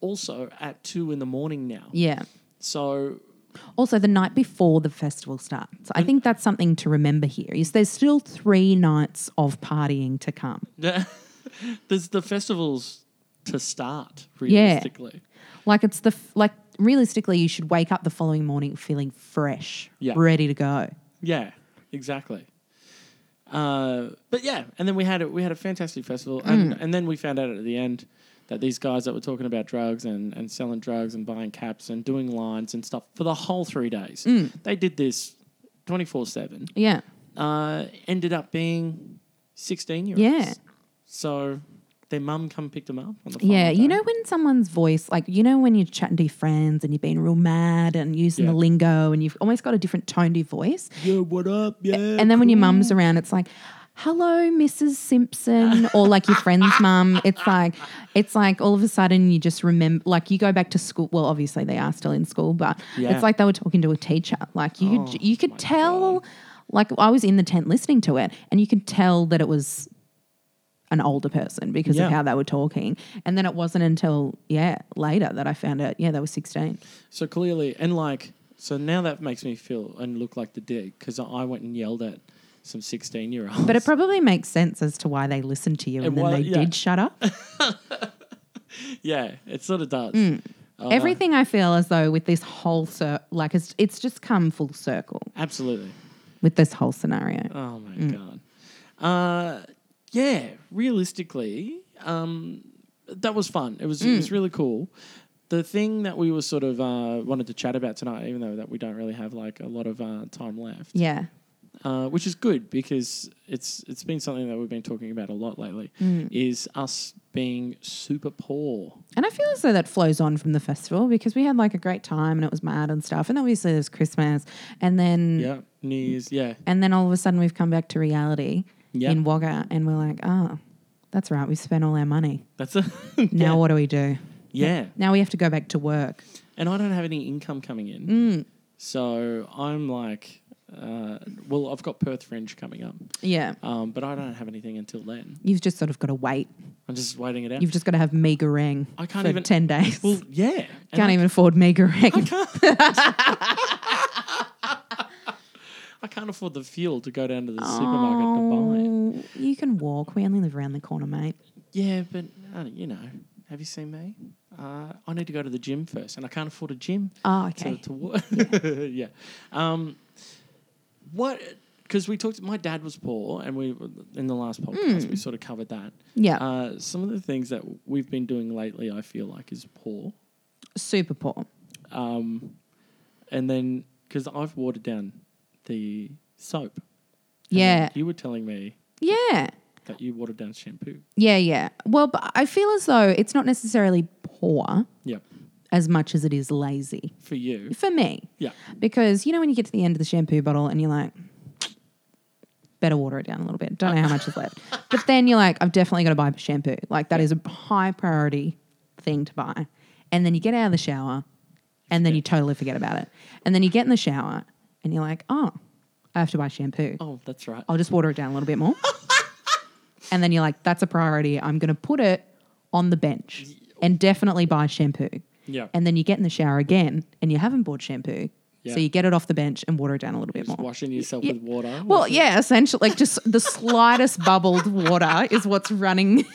Speaker 2: Also at two in the morning now.
Speaker 1: Yeah.
Speaker 2: So
Speaker 1: Also, the night before the festival starts. I think that's something to remember here. Is there's still three nights of partying to come.
Speaker 2: there's the festivals to start
Speaker 1: Yeah.
Speaker 2: realistically.
Speaker 1: Like it's the f- like realistically, you should wake up the following morning feeling fresh,
Speaker 2: Yeah.
Speaker 1: ready to go.
Speaker 2: Yeah, exactly. Uh, but yeah, and then we had a, we had a fantastic festival,
Speaker 1: Mm.
Speaker 2: and, and then we found out at the end that these guys that were talking about drugs and, and selling drugs and buying caps and doing lines and stuff for the whole three days,
Speaker 1: Mm.
Speaker 2: they did this twenty four seven. uh,
Speaker 1: Yeah,
Speaker 2: Ended up being sixteen year olds.
Speaker 1: Yeah.
Speaker 2: So their mum come picked them up on the
Speaker 1: yeah.
Speaker 2: following
Speaker 1: You
Speaker 2: day.
Speaker 1: know when someone's voice, like you know when you're chatting to your friends and you've been real mad and using the
Speaker 2: Yeah.
Speaker 1: lingo, and you've almost got a different tone to your voice,
Speaker 2: yeah what up yeah
Speaker 1: and then when your mum's around, it's like. Hello, Mrs. Simpson, or like your friend's mum. It's like, it's like all of a sudden you just remember, like you go back to school. Well, obviously they are still in school, but
Speaker 2: Yeah. Oh
Speaker 1: it's like they were talking to a teacher. Like you, could, you could tell. Like I was in the tent listening to it, and you could tell that it was an older person because
Speaker 2: Yeah.
Speaker 1: of how they were talking. And then it wasn't until yeah later that I found out. Yeah, they were sixteen.
Speaker 2: So clearly, and like, so now that makes me feel and look like the dick because I went and yelled at some 16 year olds.
Speaker 1: But it probably makes sense as to why they listened to you and then
Speaker 2: wa-
Speaker 1: they
Speaker 2: yeah.
Speaker 1: did shut up.
Speaker 2: yeah, it sort of does. Oh,
Speaker 1: Everything I feel as though with this whole cir- like it's it's just come full circle
Speaker 2: Absolutely.
Speaker 1: with this whole scenario.
Speaker 2: Oh my god. Uh, yeah. Realistically, um, that was fun. It was it was really cool. The thing that we were sort of uh, wanted to chat about tonight, even though that we don't really have like a lot of uh, time left,
Speaker 1: Yeah.
Speaker 2: uh, which is good because it's it's been something that we've been talking about a lot lately, is us being super poor.
Speaker 1: And I feel as though that flows on from the festival because we had like a great time and it was mad and stuff. And obviously there's Christmas. And then
Speaker 2: Yeah, New
Speaker 1: Mm.
Speaker 2: Year's. Yeah,
Speaker 1: and then all of a sudden we've come back to reality
Speaker 2: Yeah.
Speaker 1: in Wagga and we're like, oh, that's right, we spent all our money.
Speaker 2: that's a
Speaker 1: Now
Speaker 2: yeah.
Speaker 1: what do we do?
Speaker 2: yeah.
Speaker 1: Now we have to go back to work.
Speaker 2: and I don't have any income coming in.
Speaker 1: Mm.
Speaker 2: So I'm like, uh, well, I've got Perth Fringe coming up,
Speaker 1: Yeah.
Speaker 2: um, but I don't have anything until then.
Speaker 1: You've just sort of got to wait.
Speaker 2: I'm just waiting it out.
Speaker 1: You've just got to have meager rang
Speaker 2: I can't
Speaker 1: for
Speaker 2: even-
Speaker 1: 10 days.
Speaker 2: well, yeah, And
Speaker 1: can't
Speaker 2: I,
Speaker 1: even afford meager rang.
Speaker 2: I can't afford the fuel to go down to the supermarket to buy it.
Speaker 1: Oh, you can walk. We only live around the corner, mate.
Speaker 2: Yeah, but uh, you know, have you seen me? Uh, I need to go to the gym first, and I can't afford a gym.
Speaker 1: Oh,
Speaker 2: to-
Speaker 1: okay.
Speaker 2: To, what? yeah. Um, what? Because we talked. My dad was poor, and we in the last podcast we sort of covered that.
Speaker 1: Hmm. Yeah.
Speaker 2: Uh, some of the things that we've been doing lately, I feel like, is poor.
Speaker 1: Super poor.
Speaker 2: Um, and then because I've watered down the soap. And then
Speaker 1: Yeah.
Speaker 2: You were telling me
Speaker 1: Yeah.
Speaker 2: that you watered down shampoo.
Speaker 1: Yeah, yeah. Well, but I feel as though it's not necessarily poor
Speaker 2: Yeah.
Speaker 1: as much as it is lazy
Speaker 2: For you.
Speaker 1: for me.
Speaker 2: Yeah.
Speaker 1: Because, you know, when you get to the end of the shampoo bottle and you're like, better water it down a little bit. Don't know how much is left. But then you're like, I've definitely got to buy shampoo. Like, that is a high priority thing to buy. And then you get out of the shower and then you totally forget about it. And then you get in the shower and you're like, oh, I have to buy shampoo.
Speaker 2: Oh, that's right.
Speaker 1: I'll just water it down a little bit more. and then you're like, that's a priority. I'm going to put it on the bench and definitely buy shampoo.
Speaker 2: Yeah.
Speaker 1: And then you get in the shower again and you haven't bought shampoo.
Speaker 2: Yeah.
Speaker 1: So you get it off the bench and water it down a little bit
Speaker 2: Just
Speaker 1: more.
Speaker 2: washing yourself with water.
Speaker 1: Well, yeah, essentially, like just the slightest bubbled water is what's running.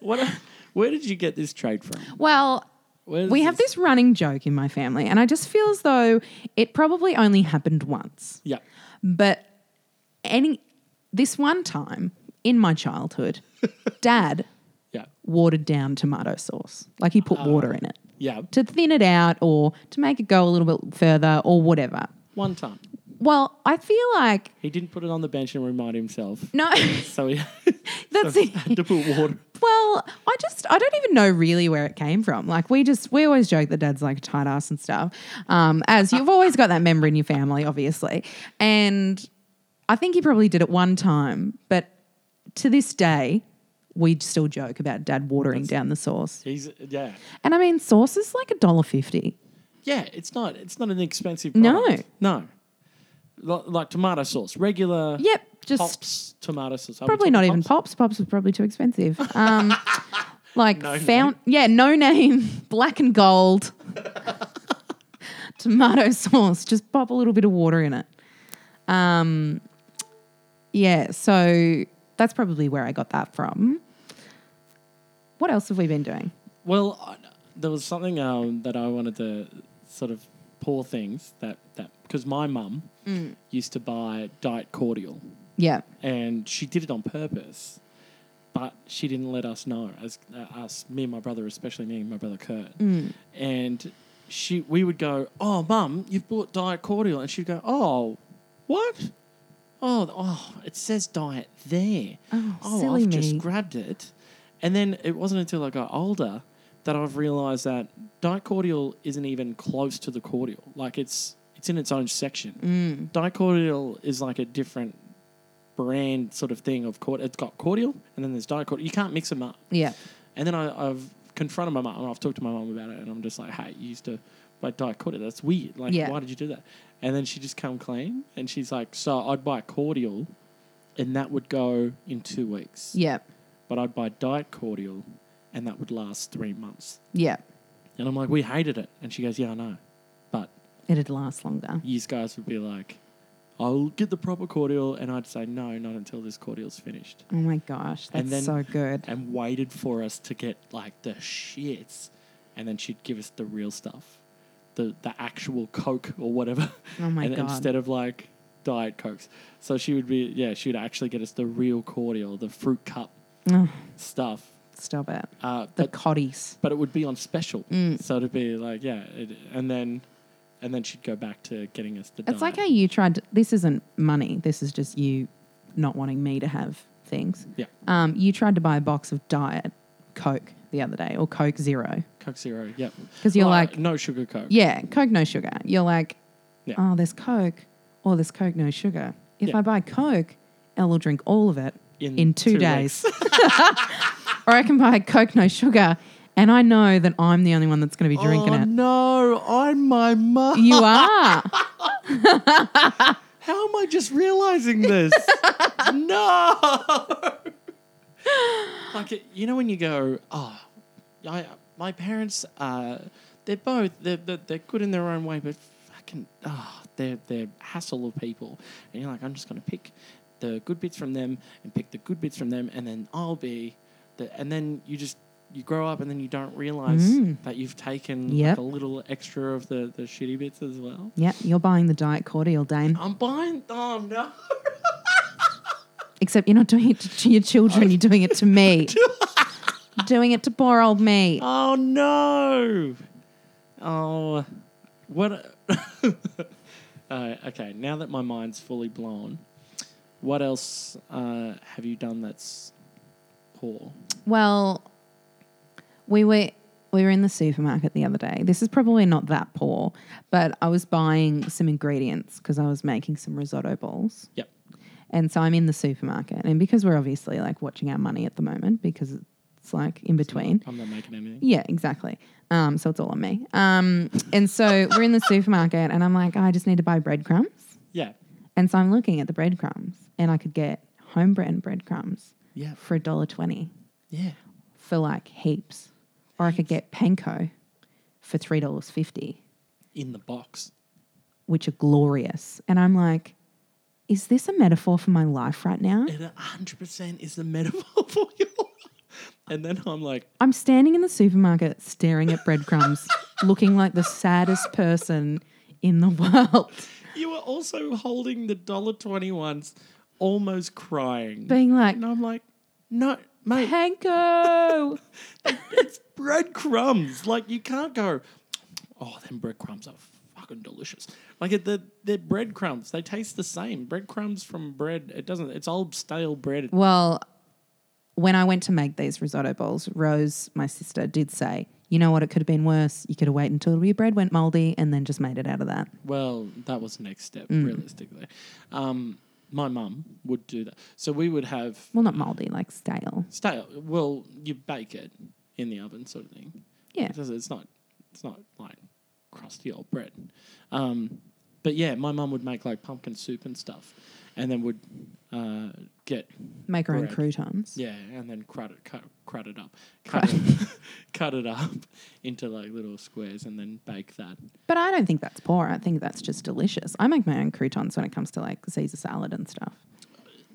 Speaker 2: What? Where did you get this trade from?
Speaker 1: well,
Speaker 2: Where is
Speaker 1: we have
Speaker 2: this?
Speaker 1: this running joke in my family, and I just feel as though it probably only happened once.
Speaker 2: Yeah.
Speaker 1: But any this one time in my childhood, dad
Speaker 2: Yeah.
Speaker 1: watered down tomato sauce. Like he put water
Speaker 2: Ah.
Speaker 1: in it
Speaker 2: Yeah.
Speaker 1: to thin it out or to make it go a little bit further or whatever.
Speaker 2: One time.
Speaker 1: Well, I feel like
Speaker 2: He didn't put it on the bench and remind himself.
Speaker 1: no
Speaker 2: So he
Speaker 1: that's it.
Speaker 2: had to put water.
Speaker 1: Well, I just I don't even know really where it came from. Like we just we always joke that dad's like a tight ass and stuff. Um, as you've always got that member in your family, obviously, and I think he probably did it one time, but to this day, we still joke about dad watering down the sauce.
Speaker 2: He's yeah.
Speaker 1: And I mean, sauce is like a dollar fifty.
Speaker 2: Yeah, it's not it's not an expensive
Speaker 1: No.
Speaker 2: product. No. L- like tomato sauce, regular
Speaker 1: Yep, just
Speaker 2: pops tomato sauce. I would
Speaker 1: probably
Speaker 2: talk
Speaker 1: not
Speaker 2: to
Speaker 1: even
Speaker 2: Pops.
Speaker 1: pops. Pops was probably too expensive. Um, like
Speaker 2: No
Speaker 1: found yeah, no name, black and gold, tomato sauce. Just pop a little bit of water in it. Um, yeah, so that's probably where I got that from. What else have we been doing?
Speaker 2: Well, I, there was something um, that I wanted to sort of poor things that that because my mum
Speaker 1: Mm.
Speaker 2: used to buy diet cordial
Speaker 1: Yeah,
Speaker 2: and she did it on purpose. But she didn't let us know, as uh, us, me and my brother, especially me and my brother Kurt. And she, we would go, "Oh, mum, you've bought diet cordial," and she'd go, "Oh, what? Oh, oh, it says diet there.
Speaker 1: Oh,
Speaker 2: I've
Speaker 1: silly
Speaker 2: just
Speaker 1: me."
Speaker 2: grabbed it." And then it wasn't until I got older that I've realised that diet cordial isn't even close to the cordial. Like it's it's in its own
Speaker 1: Mm.
Speaker 2: section. Diet cordial is like a different brand sort of thing of cordial. It's got cordial and then there's diet cordial. You can't mix them up.
Speaker 1: yeah,
Speaker 2: And then I, I've confronted my mum. I've talked to my mum about it, and I'm just like, "Hey, you used to buy diet cordial. That's weird. Like,
Speaker 1: Yeah.
Speaker 2: why did you do that?" And then she just come clean, and she's like, "So I'd buy cordial, and that would go in two weeks.
Speaker 1: yeah,
Speaker 2: But I'd buy diet cordial, and that would last three months."
Speaker 1: yeah.
Speaker 2: And I'm like, "We hated it," and she goes, "Yeah, I know, but
Speaker 1: It'd last longer.
Speaker 2: you guys would be like." I'll get the proper cordial, and I'd say no, not until this cordial's finished.
Speaker 1: Oh my gosh, that's
Speaker 2: And then-
Speaker 1: so good.
Speaker 2: and waited for us to get like the shits. and then she'd give us the real stuff, the the actual Coke or whatever.
Speaker 1: Oh my
Speaker 2: and
Speaker 1: God.
Speaker 2: Instead of like diet cokes, so she would be yeah, she'd actually get us the real cordial, the fruit cup
Speaker 1: Ugh,
Speaker 2: stuff.
Speaker 1: stop it. The
Speaker 2: Uh,
Speaker 1: Mm.
Speaker 2: but
Speaker 1: coddies.
Speaker 2: but it would be on special, so it'd be like yeah, it, and then and then she'd go back to getting us the.
Speaker 1: It's like
Speaker 2: diet.
Speaker 1: how you tried. To, this isn't money. This is just you not wanting me to have things.
Speaker 2: Yeah.
Speaker 1: Um, you tried to buy a box of diet Coke the other day, or Coke Zero,
Speaker 2: Coke Zero, yep.
Speaker 1: because you're
Speaker 2: Oh,
Speaker 1: like,
Speaker 2: no sugar Coke.
Speaker 1: yeah, Coke no sugar. You're like,
Speaker 2: Yeah.
Speaker 1: oh, there's Coke, or there's Coke no sugar. If
Speaker 2: Yeah.
Speaker 1: I buy Coke, Elle will drink all of it in, two, days,
Speaker 2: weeks.
Speaker 1: or I can buy Coke no sugar, and I know that I'm the only one that's going to be drinking
Speaker 2: oh
Speaker 1: it.
Speaker 2: no, I'm my mum.
Speaker 1: You are.
Speaker 2: How am I just realizing this? no. like it- you know when you go, oh, I, my parents uh, they're both they're, they're they're good in their own way, but fucking ah, they're they're hassle of people, and you're like, I'm just gonna pick the good bits from them and pick the good bits from them, and then I'll be the, and then you just. You grow up and then you don't realize
Speaker 1: Mm.
Speaker 2: that you've taken
Speaker 1: Yep.
Speaker 2: like a little extra of the, the shitty bits as well.
Speaker 1: yep, you're buying the diet cordial, Dane.
Speaker 2: I'm buying. Oh no!
Speaker 1: Except you're not doing it to your children, you're doing it to me. doing it to poor old me.
Speaker 2: Oh no! Oh, what? uh, okay, now that my mind's fully blown, what else uh, have you done that's poor?
Speaker 1: Well, we were we were in the supermarket the other day. This is probably not that poor, but I was buying some ingredients because I was making some risotto bowls.
Speaker 2: Yep.
Speaker 1: And so I'm in the supermarket. And because we're obviously like watching our money at the moment because it's like in between.
Speaker 2: I'm not making anything.
Speaker 1: Yeah, exactly. Um, so it's all on me. Um, and so we're in the supermarket, and I'm like, "Oh, I just need to buy breadcrumbs.
Speaker 2: Yeah.
Speaker 1: And so I'm looking at the breadcrumbs, and I could get home brand breadcrumbs
Speaker 2: Yeah.
Speaker 1: for a dollar twenty
Speaker 2: Yeah.
Speaker 1: for like heaps, or I could get panko for three dollars fifty,
Speaker 2: In the box.
Speaker 1: which are glorious. And I'm like, is this a metaphor for my life right now?
Speaker 2: It 100% is the metaphor for you. And then I'm like,
Speaker 1: I'm standing in the supermarket staring at breadcrumbs, looking like the saddest person in the world,
Speaker 2: you were also holding the dollar twenty ones, almost crying.
Speaker 1: being like,
Speaker 2: and I'm like, no, mate,
Speaker 1: panko.
Speaker 2: it's breadcrumbs. Like you can't go, oh, them breadcrumbs are fucking delicious. Like it- they're, they're breadcrumbs. They taste the same. Breadcrumbs from bread. It doesn't. It's old stale bread.
Speaker 1: Well, when I went to make these risotto bowls, Rose, my sister, did say, you know what, it could have been worse. You could have waited until your bread went moldy and then just made it out of that.
Speaker 2: Well, that was the next step, realistically. Um, my mum would do that. So we would have
Speaker 1: Well, not moldy, like stale.
Speaker 2: stale. Well, you bake it in the oven, sort of thing.
Speaker 1: Yeah.
Speaker 2: Because it's not, it's not like crusty old bread. Um, but yeah, my mum would make like pumpkin soup and stuff, and then would uh, get
Speaker 1: Make our own
Speaker 2: Bread.
Speaker 1: croutons.
Speaker 2: yeah, and then crud it, cut, crud it up, cut it, cut it up into like little squares, and then bake that.
Speaker 1: But I don't think that's poor. I think that's just delicious. I make my own croutons when it comes to like Caesar salad and stuff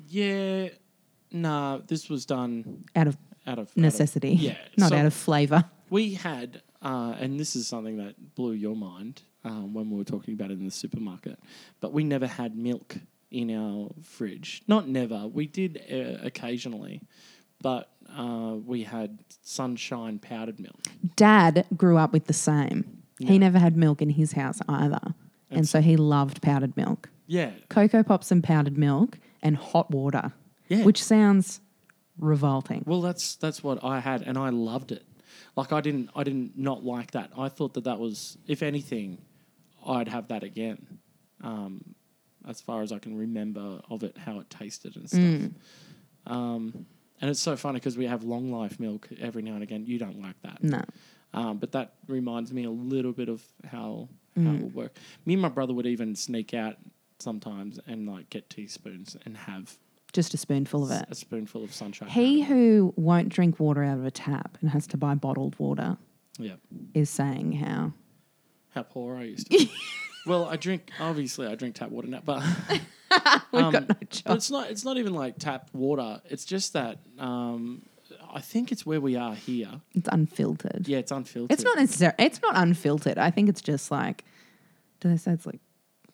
Speaker 2: Yeah, nah, this was done
Speaker 1: out of
Speaker 2: out of out of-
Speaker 1: necessity,
Speaker 2: yeah,
Speaker 1: not
Speaker 2: so-
Speaker 1: out of flavor.
Speaker 2: We had, uh, and this is something that blew your mind um, when we were talking about it in the supermarket, but we never had milk in our fridge. Not never, we did uh, occasionally, but uh, we had sunshine powdered milk.
Speaker 1: Dad grew up with the same.
Speaker 2: Yeah.
Speaker 1: He never had milk in his house either. and so he loved powdered milk.
Speaker 2: Yeah.
Speaker 1: Cocoa Pops and powdered milk and hot water,
Speaker 2: Yeah.
Speaker 1: which sounds revolting.
Speaker 2: Well, that's that's what I had, and I loved it. Like I didn't, I didn't not like that. I thought that that was, if anything, I'd have that again. Um, as far as I can remember of it, how it tasted and stuff.
Speaker 1: Mm.
Speaker 2: Um, and it's so funny because we have long life milk every now and again. You don't like that,
Speaker 1: No.
Speaker 2: um, but that reminds me a little bit of how how
Speaker 1: Mm.
Speaker 2: it would work. Me and my brother would even sneak out sometimes and like get teaspoons and have
Speaker 1: Just a spoonful of
Speaker 2: s-
Speaker 1: it.
Speaker 2: a spoonful of sunshine.
Speaker 1: He
Speaker 2: powder.
Speaker 1: who won't drink water out of a tap and has to buy bottled water
Speaker 2: yeah.
Speaker 1: is saying how.
Speaker 2: how poor I used to be. well, I drink obviously I drink tap water now, but
Speaker 1: We've
Speaker 2: Um,
Speaker 1: got no
Speaker 2: but
Speaker 1: choice.
Speaker 2: it's not it's not even like tap water. It's just that um, I think it's where we are here.
Speaker 1: It's unfiltered.
Speaker 2: Yeah, it's unfiltered.
Speaker 1: It's not necessarily. It's not unfiltered. I think it's just like, do they say it's like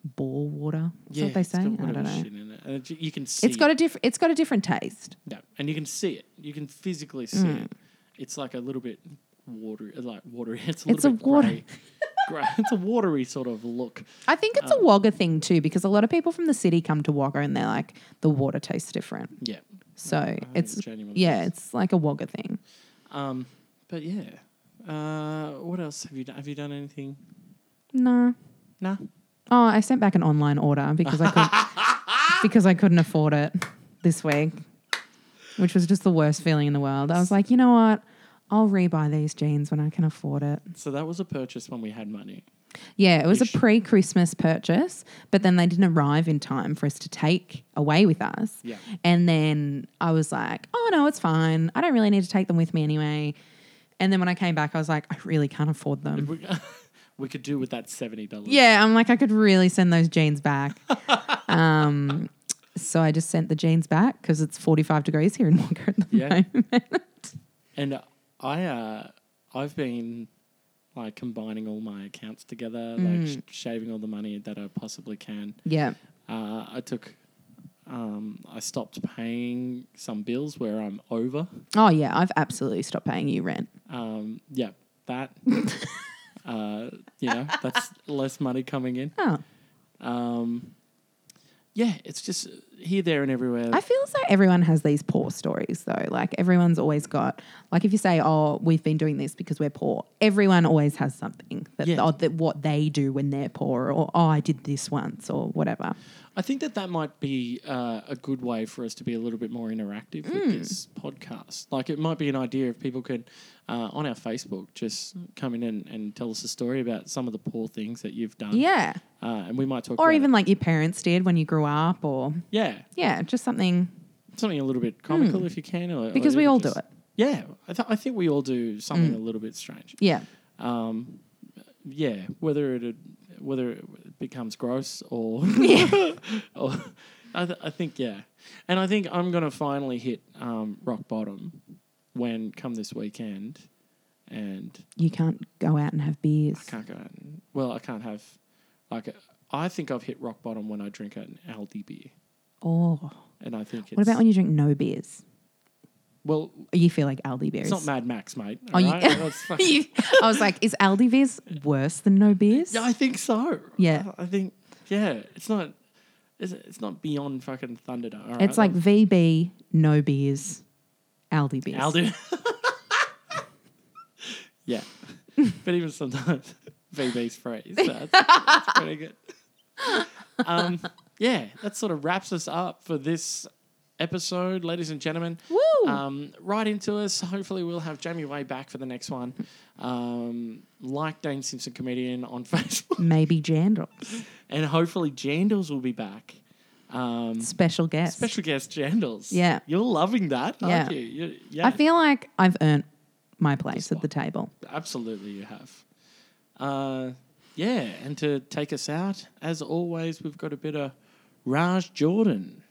Speaker 1: bore water? Is
Speaker 2: Yeah,
Speaker 1: what they
Speaker 2: it's
Speaker 1: say. I
Speaker 2: got
Speaker 1: don't
Speaker 2: whatever
Speaker 1: know.
Speaker 2: shit in it. And it- you can see.
Speaker 1: It's got a different. It's got a different taste.
Speaker 2: No, and you can see it. You can physically see
Speaker 1: Mm.
Speaker 2: it. It's like a little bit watery, uh, like watery. It's a little
Speaker 1: It's a
Speaker 2: bit
Speaker 1: water-
Speaker 2: grey. Grey. It's a watery sort of look.
Speaker 1: I think
Speaker 2: Um,
Speaker 1: it's a Wagga thing too, because a lot of people from the city come to Wagga and they're like, the water tastes different.
Speaker 2: Yeah.
Speaker 1: So it's
Speaker 2: it genuinely
Speaker 1: yeah,
Speaker 2: does.
Speaker 1: it's like a Wagga thing.
Speaker 2: Um, but yeah. Uh, what else have you done? Have you done anything?
Speaker 1: No.
Speaker 2: Nah.
Speaker 1: Oh, I sent back an online order because I could because I couldn't afford it this week, which was just the worst feeling in the world. I was like, you know what? I'll rebuy these jeans when I can afford it.
Speaker 2: So that was a purchase when we had money.
Speaker 1: Yeah, it was
Speaker 2: Ish.
Speaker 1: a pre-Christmas purchase, but then they didn't arrive in time for us to take away with us.
Speaker 2: Yeah.
Speaker 1: And then I was like, oh no, it's fine. I don't really need to take them with me anyway. And then when I came back, I was like, I really can't afford them.
Speaker 2: We, we could do with that seventy dollars.
Speaker 1: Yeah, I'm like, I could really send those jeans back. um, so I just sent the jeans back because it's 45 degrees here in Wagga at the
Speaker 2: Yeah.
Speaker 1: moment.
Speaker 2: And uh, I, uh, I've been like combining all my accounts together,
Speaker 1: Mm.
Speaker 2: like sh- shaving all the money that I possibly can.
Speaker 1: yeah.
Speaker 2: Uh, I took, um, I stopped paying some bills where I'm over.
Speaker 1: Oh yeah, I've absolutely stopped paying you rent.
Speaker 2: Um, yeah, that. uh, you know, that's less money coming in.
Speaker 1: Oh,
Speaker 2: Um, yeah, it's just here, there, and everywhere.
Speaker 1: I feel as though everyone has these poor stories though. Like everyone's always got like if you say, "Oh, we've been doing this because we're poor," everyone always has something that,
Speaker 2: Yeah.
Speaker 1: or that what they do when they're poor, or "Oh, I did this once," or whatever.
Speaker 2: I think that that might be uh, a good way for us to be a little bit more interactive
Speaker 1: Hmm.
Speaker 2: with this podcast. Like, it might be an idea if people could, uh, on our Facebook, just come in and, and tell us a story about some of the poor things that you've done.
Speaker 1: Yeah,
Speaker 2: Uh, and we might talk
Speaker 1: or
Speaker 2: about
Speaker 1: even
Speaker 2: it.
Speaker 1: like your parents did when you grew up, or
Speaker 2: Yeah.
Speaker 1: yeah, just something.
Speaker 2: Something a little bit comical if you can. Or, or
Speaker 1: Hmm. Because we
Speaker 2: even
Speaker 1: all do
Speaker 2: Oh,
Speaker 1: it.
Speaker 2: just-
Speaker 1: Hmm.
Speaker 2: Yeah. I, th- I think we all do something a little bit strange.
Speaker 1: Yeah,
Speaker 2: um, yeah, whether it whether it becomes gross or, or I, th- I think yeah, and I think I'm gonna finally hit um, rock bottom when come this weekend, and
Speaker 1: you can't go out and have beers.
Speaker 2: I can't go out. And, well, I can't have like uh, I think I've hit rock bottom when I drink an Aldi beer,
Speaker 1: Oh,
Speaker 2: and I think it's,
Speaker 1: what about when you drink no beers? Oh,
Speaker 2: well,
Speaker 1: You feel like Aldi beers.
Speaker 2: it's not Mad Max, mate.
Speaker 1: Oh, you-
Speaker 2: alright? That's fuck-
Speaker 1: You- I was like, is Aldi beers worse than no beers?
Speaker 2: Yeah, I think so.
Speaker 1: Yeah.
Speaker 2: I I think yeah. It's not. It's, it's not beyond fucking Thunder. All right?
Speaker 1: It's like VB, no beers, Aldi beers.
Speaker 2: Aldi. yeah, but even sometimes VB's phrase. That's, that's pretty good. Um, yeah, that sort of wraps us up for this episode, ladies and gentlemen.
Speaker 1: Woo!
Speaker 2: Um, right into us. Hopefully, we'll have Jamie Way back for the next one. Um, like Dane Simpson comedian on Facebook.
Speaker 1: Maybe Jandals.
Speaker 2: and hopefully Jandals will be back. Um,
Speaker 1: Special guest.
Speaker 2: special guest Jandals.
Speaker 1: Yeah.
Speaker 2: you're loving that,
Speaker 1: Yeah.
Speaker 2: aren't you? You- yeah,
Speaker 1: I feel like I've earned my place
Speaker 2: spot.
Speaker 1: at the table.
Speaker 2: absolutely you have. Uh, yeah, and to take us out, as always, we've got a bit of Raj Jordan.